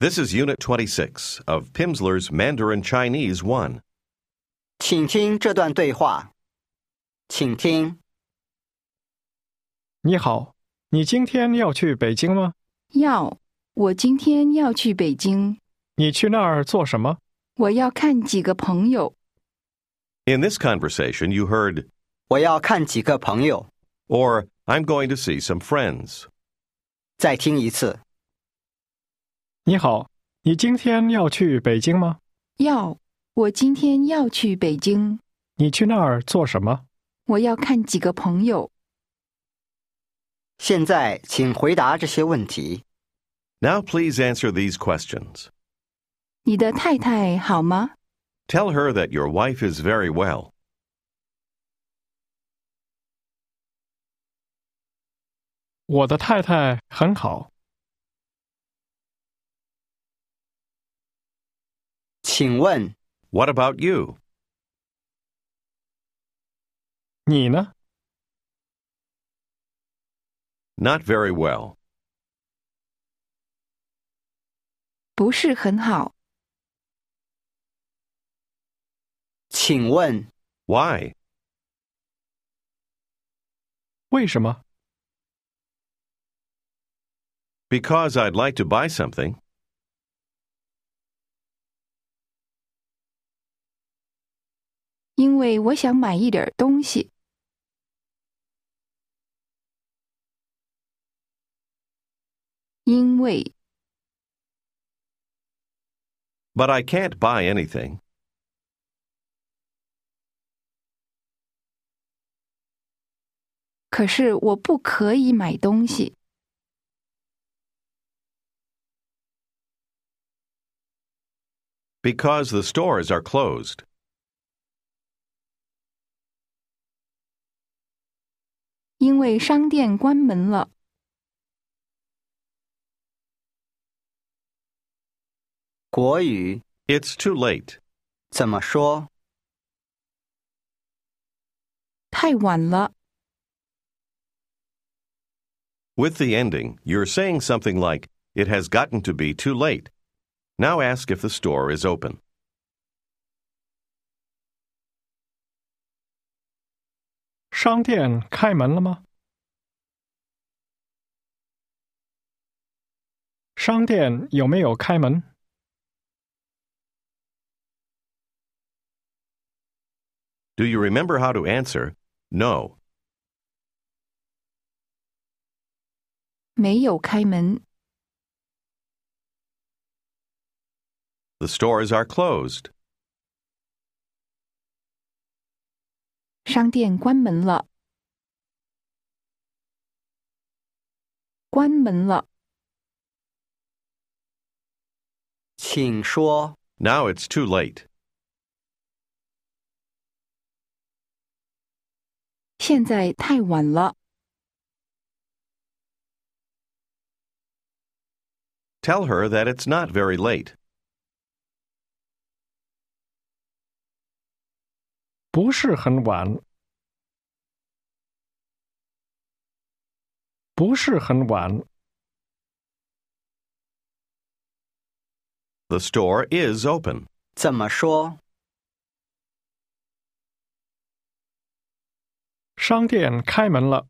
This is Unit 26 of Pimsleur's Mandarin Chinese 1. 请听这段对话，请听。你好，你今天要去北京吗？要，我今天要去北京，你去那儿做什么？我要看几个朋友。 In this conversation, you heard, 我要看几个朋友， or I'm going to see some friends. 再听一次。你好，你今天要去北京吗？要，我今天要去北京，你去那儿做什么？我要看几个朋友。现在请回答这些问题。 Now, please answer these questions. 你的太太好吗？ Tell her that your wife is very well. 我的太太很好，请问 What about you? 你呢？ Not very well. 不是很好，请问 Why? 为什么？ Because I'd like to buy something. 因为我想买一点东西。因为 But I can't buy anything. 可是我不可以买东西， Because the stores are closed. 因为商店关门了。国语 It's too late. 怎么说？太晚了， With the ending, you're saying something like, It has gotten to be too late. Now ask if the store is open. “商店开门了吗？”商店有没有开门？ Do you remember how to answer? No. 没有开门， The stores are closed. 商店关门了，关门了。请说 Now it's too late. 现在太晚了， Tell her that it's not very late. 不是很晚，不是很晚。 The store is open. 怎么说？商店开门了，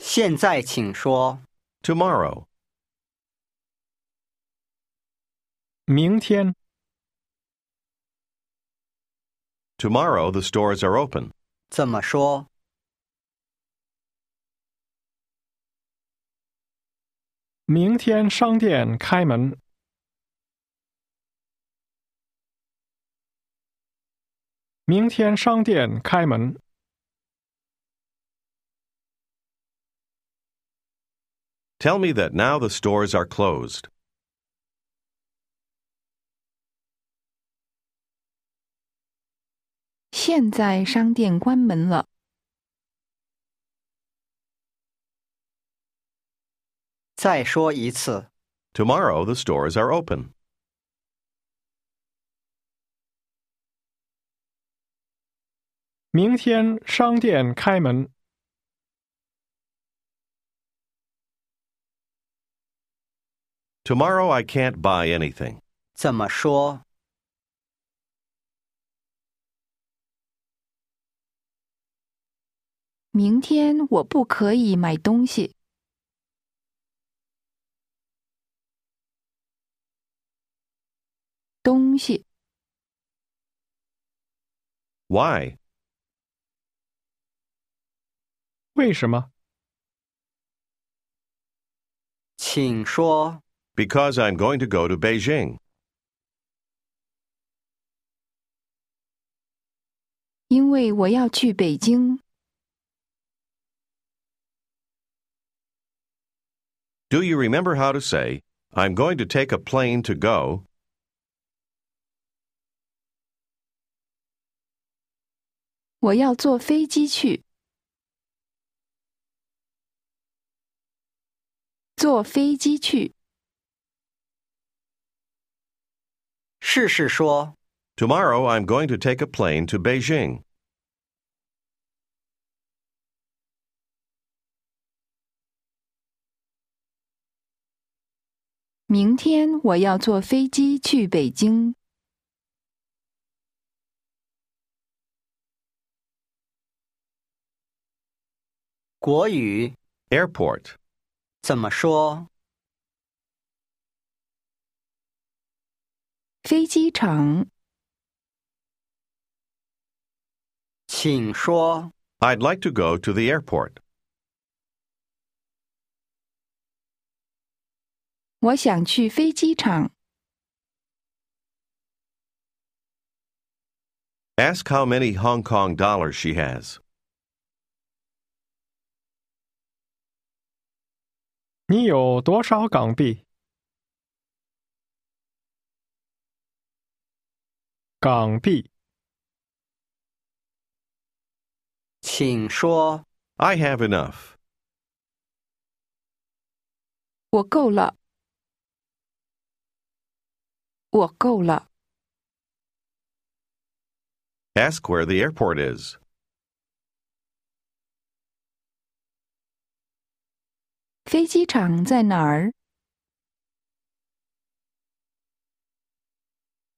现在请说 Tomorrow. 明天 Tomorrow the stores are open. 怎么说？明天商店开门。明天商店开门。 Tell me that now the stores are closed. 现在商店关门了，再说一次。 Tomorrow the stores are open. 明天商店开门。 Tomorrow I can't buy anything. 怎么说？明天我不可以买东西。东西 Why? 为什么？请说。 Because I'm going to go to Beijing. 因为我要去北京。 Do you remember how to say, I'm going to take a plane to go? 我要坐飞机去。坐飞机去。试试说。 Tomorrow I'm going to take a plane to Beijing. 明天我要坐飞机去北京。国语 Airport. 怎么说？飞机场，请说。 I'd like to go to the airport. 我想去飞机场。 Ask how many Hong Kong dollars she has. 你有多少港币？港币，请说。 I have enough. 我够了，我够了。 Ask where the airport is. 飞机场在哪儿？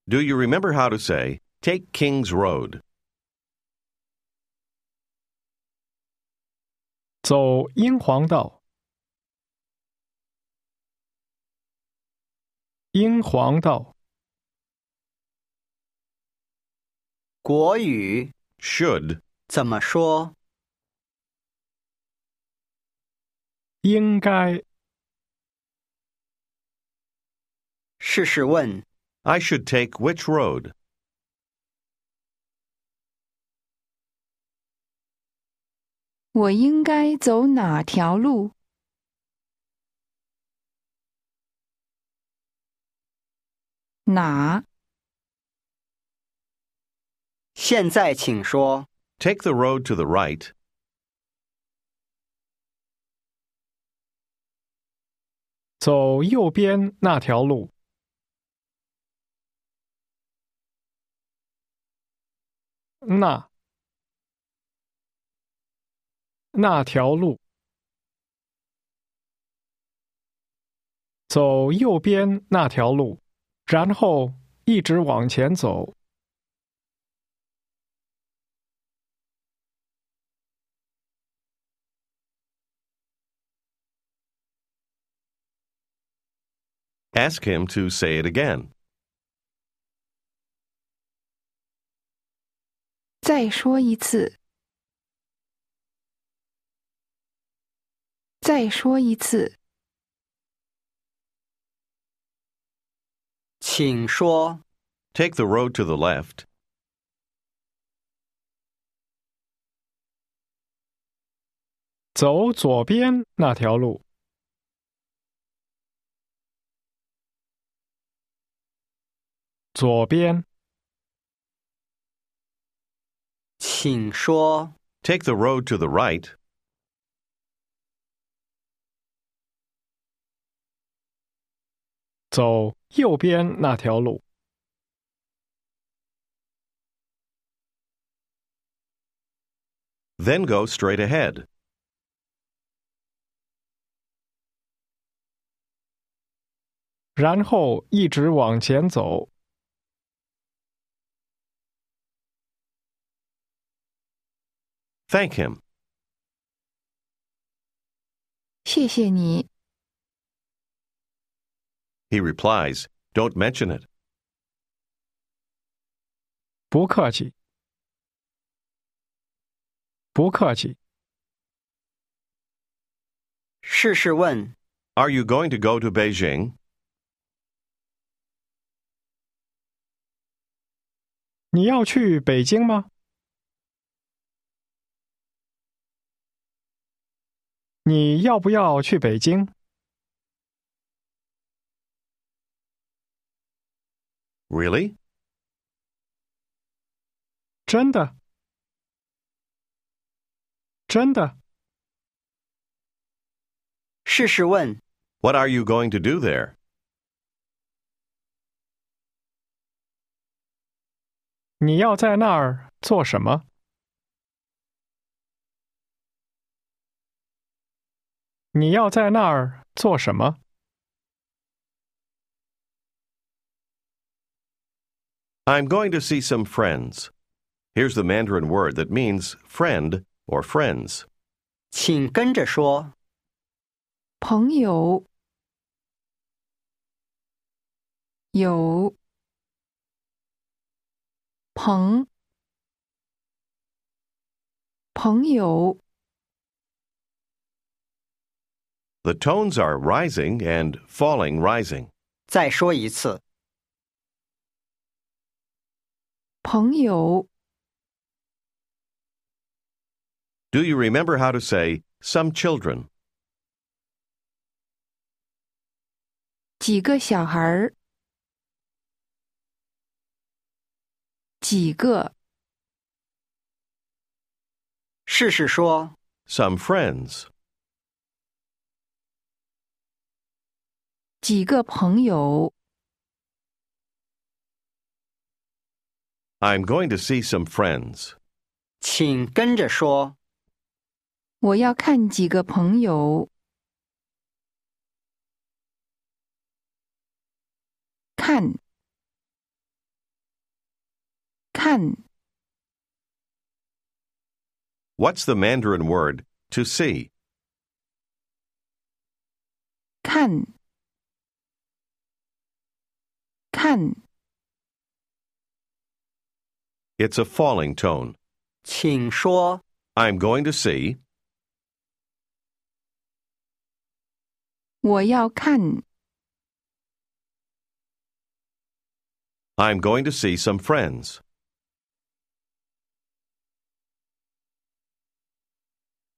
Do you remember how to say, take King's Road? 走英皇道。英皇道，国语 Should. 怎么说？应该试试问。 I should take which road? 我应该走哪条路？哪？现在请说。 Take the road to the right. 走右边那条路。那那条路，走右边那条路，然后一直往前走。 Ask him to say it again. 再说一次。再说一次。请说。 Take the road to the left. 走左边那条路，左边，请说。 Take the road to the right. 走右边那条路， Then go straight ahead. 然后一直往前走。 Thank him. 谢谢你。 He replies, Don't mention it. 不客气，不客气。试试问 Are you going to go to Beijing? 你要去北京吗？你要不要去北京？ Really? 真的，真的。试试问 What are you going to do there? 你要在那儿做什么？你要在那儿做什么？ I'm going to see some friends. Here's the Mandarin word that means friend or friends. 请跟着说。朋友，有朋朋友， The tones are rising and falling, rising. 再说一次，朋友， Do you remember how to say some children? 几个小孩儿，几个试试说。 Some friends. 几个朋友， I'm going to see some friends. 请跟着说。我要看几个朋友，看，看。 What's the Mandarin word to see? 看，看， It's a falling tone. 请说， I'm going to see 我要看， I'm going to see some friends.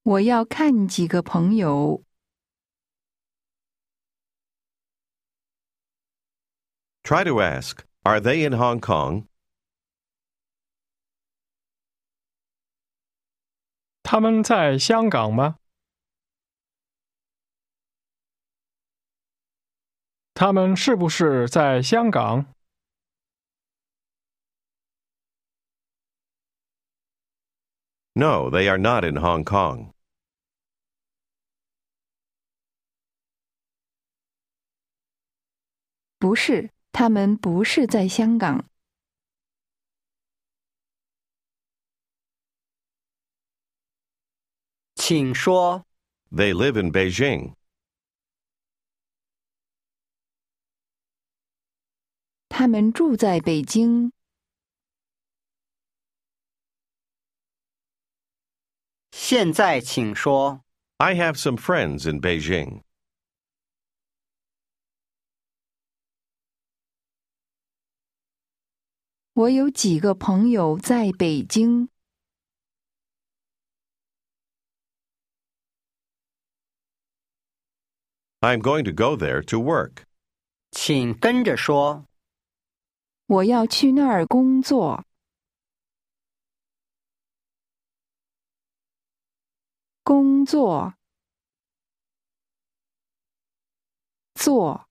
我要看几个朋友。 Try to ask, are they in Hong Kong? 他们在香港吗？他们是不是在香港？ No, they are not in Hong Kong. 不是，他们不是在香港，请说， They live in Beijing. 他们住在北京。现在请说。 I have some friends in Beijing. 我有几个朋友在北京， I'm going to go there to work. 请跟着说。我要去那儿工作。工作，做，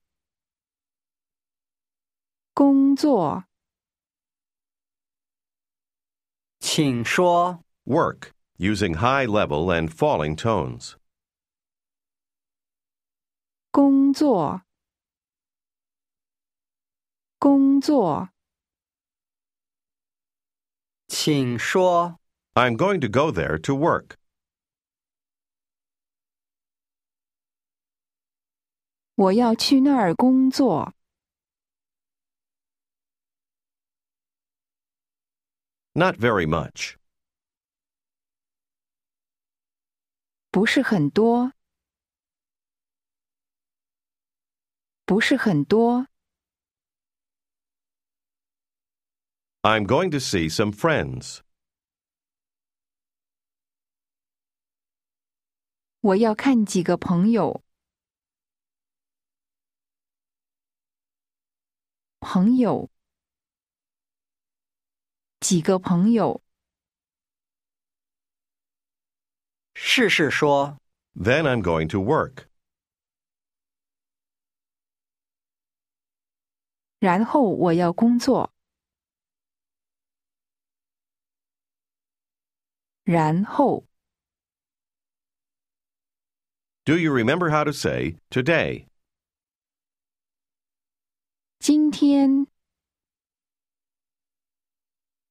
工作。请说， Work, using high level and falling tones. 工作，工作。请说， I'm going to go there to work. 我要去那儿工作。 Not very much. 不是很多，不是很多。 I'm going to see some friends. 我要看几个朋友。朋友，几个朋友，试试说， Then I'm going to work. 然后我要工作。然后， Do you remember how to say today? 今天，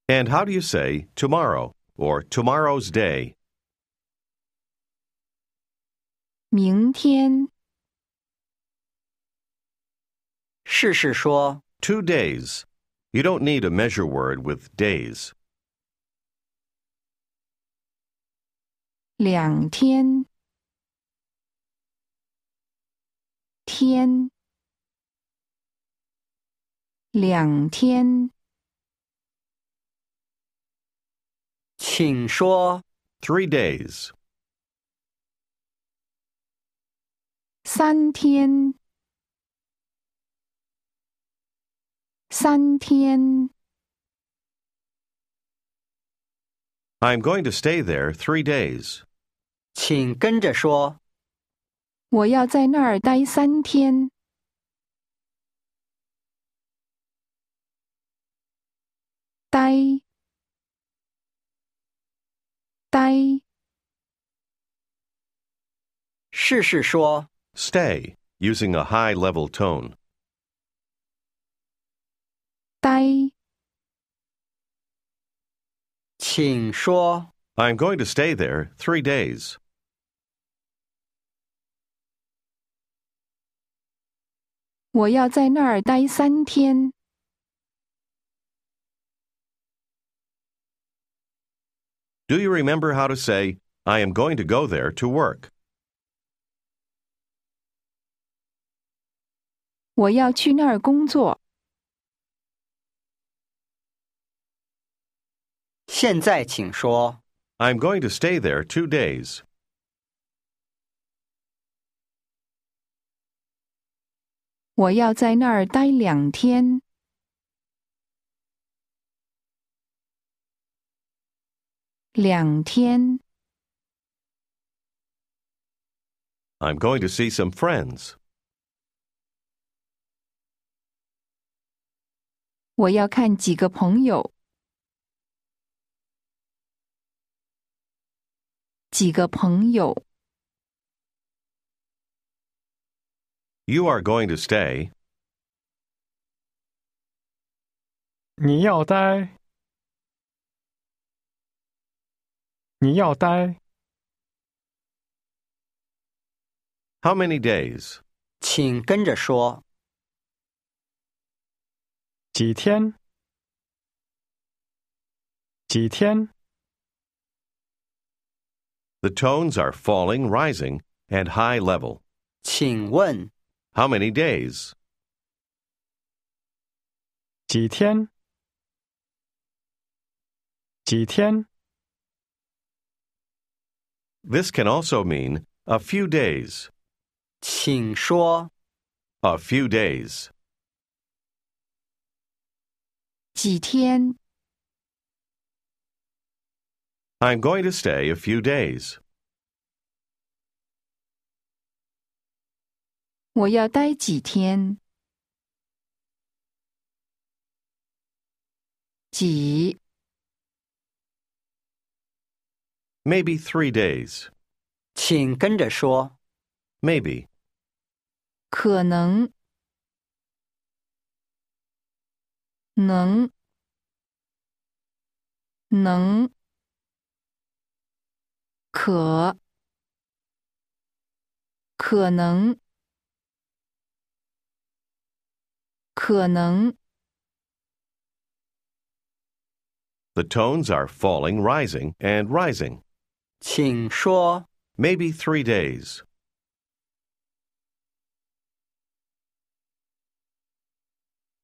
And how do you say tomorrow or tomorrow's day? 明天，试试说， Two days. You don't need a measure word with days. 两天，天，两天。请说， Three days. 三天，三天， I'm going to stay there three days. 请跟着说，我要在那儿待三天。待，待，试试说， Stay, using a high level tone. 待，请说， I'm going to stay there three days. 我要在那儿待三天。 Do you remember how to say, I am going to go there to work? 我要去那儿工作。现在请说， I'm going to stay there two days. 我要在那儿待两天。两天， I'm going to see some friends. 我要看几个朋友。几个朋友， You are going to stay. 你要待，你要待 How many days? 请跟着说，几天？几天？ The tones are falling, rising, and high level. 请问， How many days? 几天？几天？ This can also mean a few days. 请说， A few days. 几天， I'm going to stay a few days. 我要待几天。几 Maybe three days. 请跟着说， Maybe. 可能，能能可可能可能 The tones are falling, rising, and rising. 请说， Maybe three days.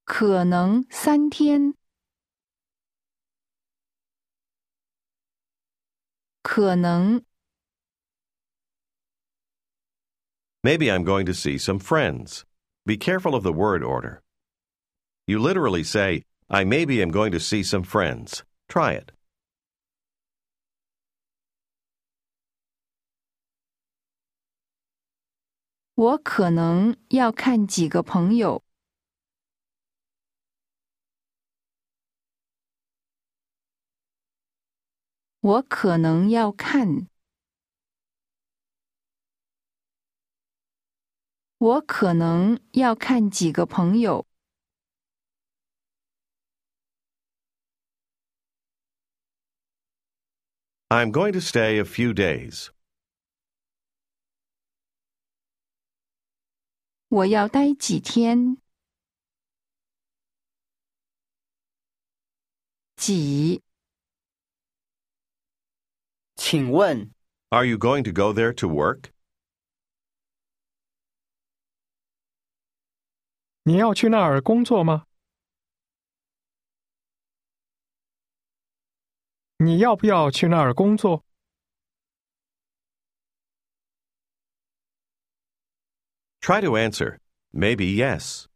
可能三天，可能 Maybe I'm going to see some friends. Be careful of the word order. You literally say, I maybe am going to see some friends. Try it. 我可能要看几个朋友，我可能要看，我可能要看几个朋友， I'm going to stay a few days. 我要待几天，几请问， Are you going to go there to work? 你要去那儿工作吗？你要不要去那儿工作？ Try to answer. Maybe yes.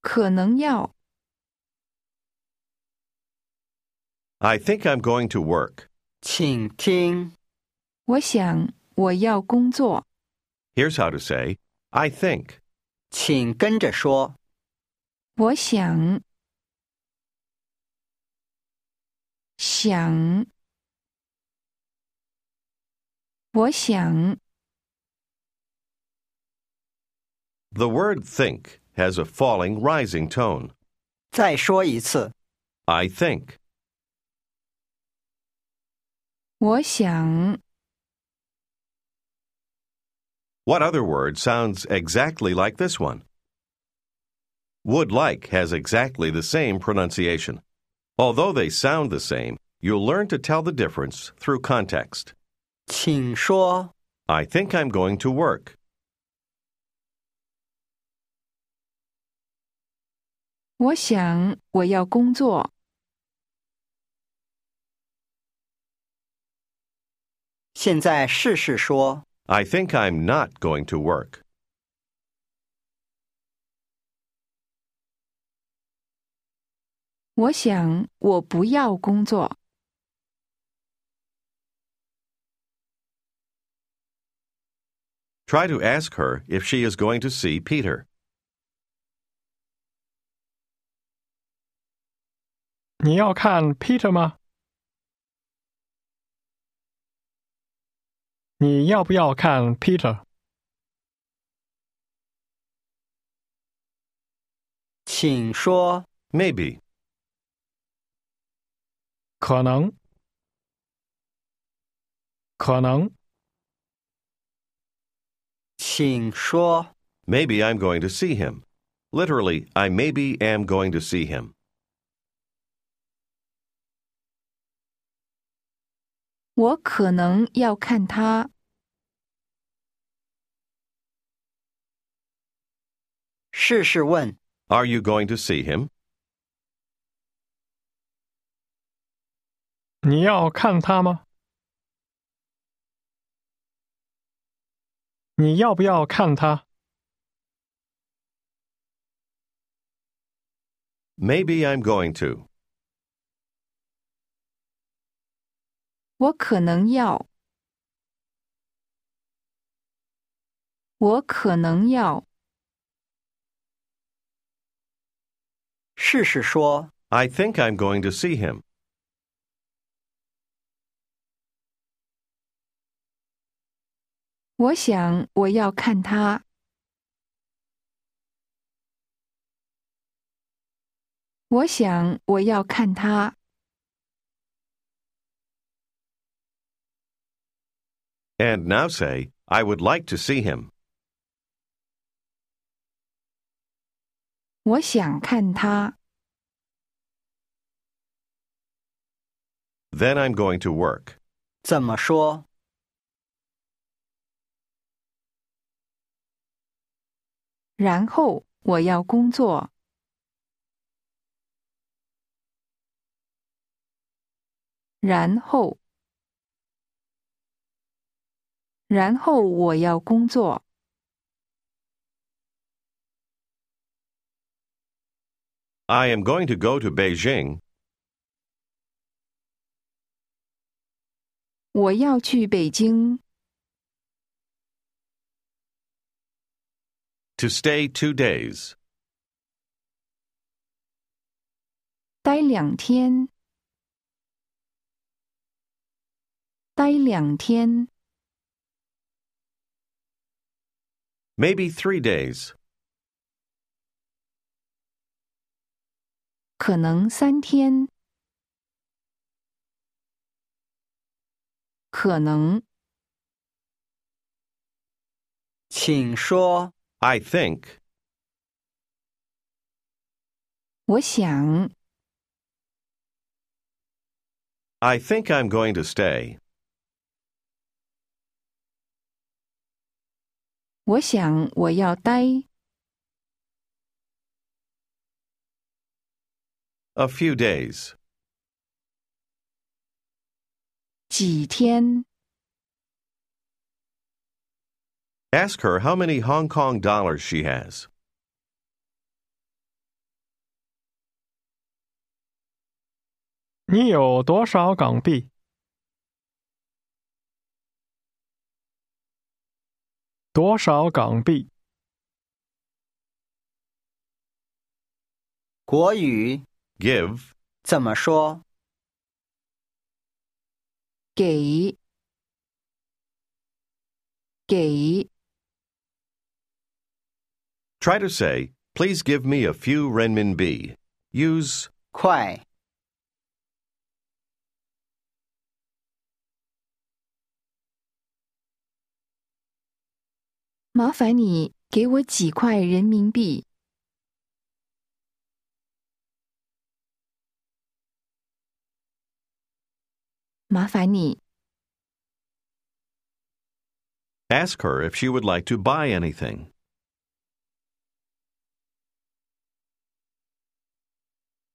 可能要。 I think I'm going to work. 请听，我想我要工作， Here's how to say, I think. 请跟着说，我想想，我想 The word think has a falling, rising tone. 再说一次， I think. 我想 What other word sounds exactly like this one? Would like has exactly the same pronunciation. Although they sound the same, you'll learn to tell the difference through context. 请说， I think I'm going to work. 我想我要工作，现在试试说， I think I'm not going to work. 我想我不要工作， Try to ask her if she is going to see Peter. 你要看 Peter 吗？你要不要看 Peter？请说， Maybe. 可能，可能请说， Maybe I'm going to see him. Literally, I maybe am going to see him. 我可能要看他，试试问， Are you going to see him? 你要看他吗？你要不要看他？ Maybe I'm going to. 我可能要，我可能要。试试说， I think I'm going to see him. 我想我要看他，我想我要看他。 And now say, I would like to see him. 我想看他。 Then I'm going to work. 怎么说？然后我要工作。然后，然后我要工作。 I am going to go to Beijing. 我要去北京 To stay two days. 待两天，待两天， Maybe three days. 可能三天，可能。请说。 I think. 我想， I think I'm going to stay. 我想我要待 A few days. 几天。 Ask her how many Hong Kong dollars she has. 你有多少港币？多少港币？国语 Give. 怎么说？给，给， Try to say, please give me a few renminbi. Use 快，麻烦你给我几块人民币。麻烦你， ask her if she would like to buy anything.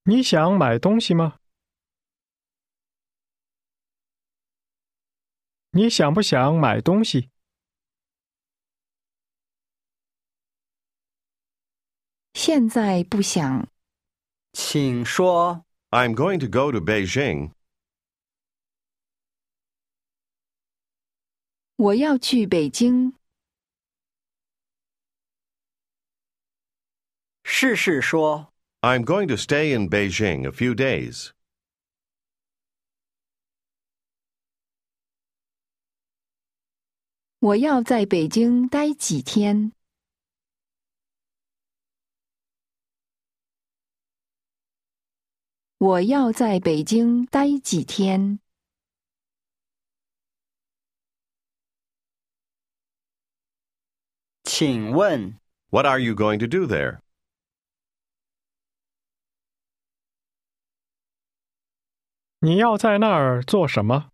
你想买东西吗？你想不想买东西？现在不想。请说。 I'm going to go to Beijing. 我要去北京。试试说。 I'm going to stay in Beijing a few days. 我要在北京待几天。我要在北京待几天。请问 What are you going to do there? 你要在那儿做什么？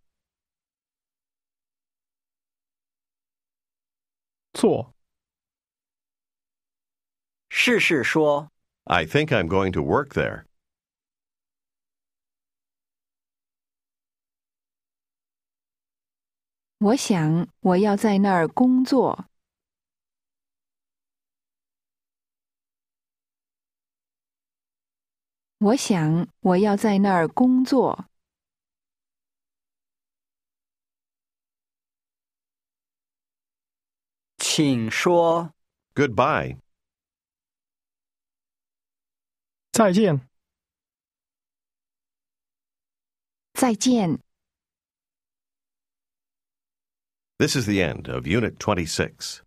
做，试试说。 I think I'm going to work there. 我想我要在那儿工作。我想我要在那儿工作。请说。 Goodbye. 再见。再见。 This is the end of Unit 26.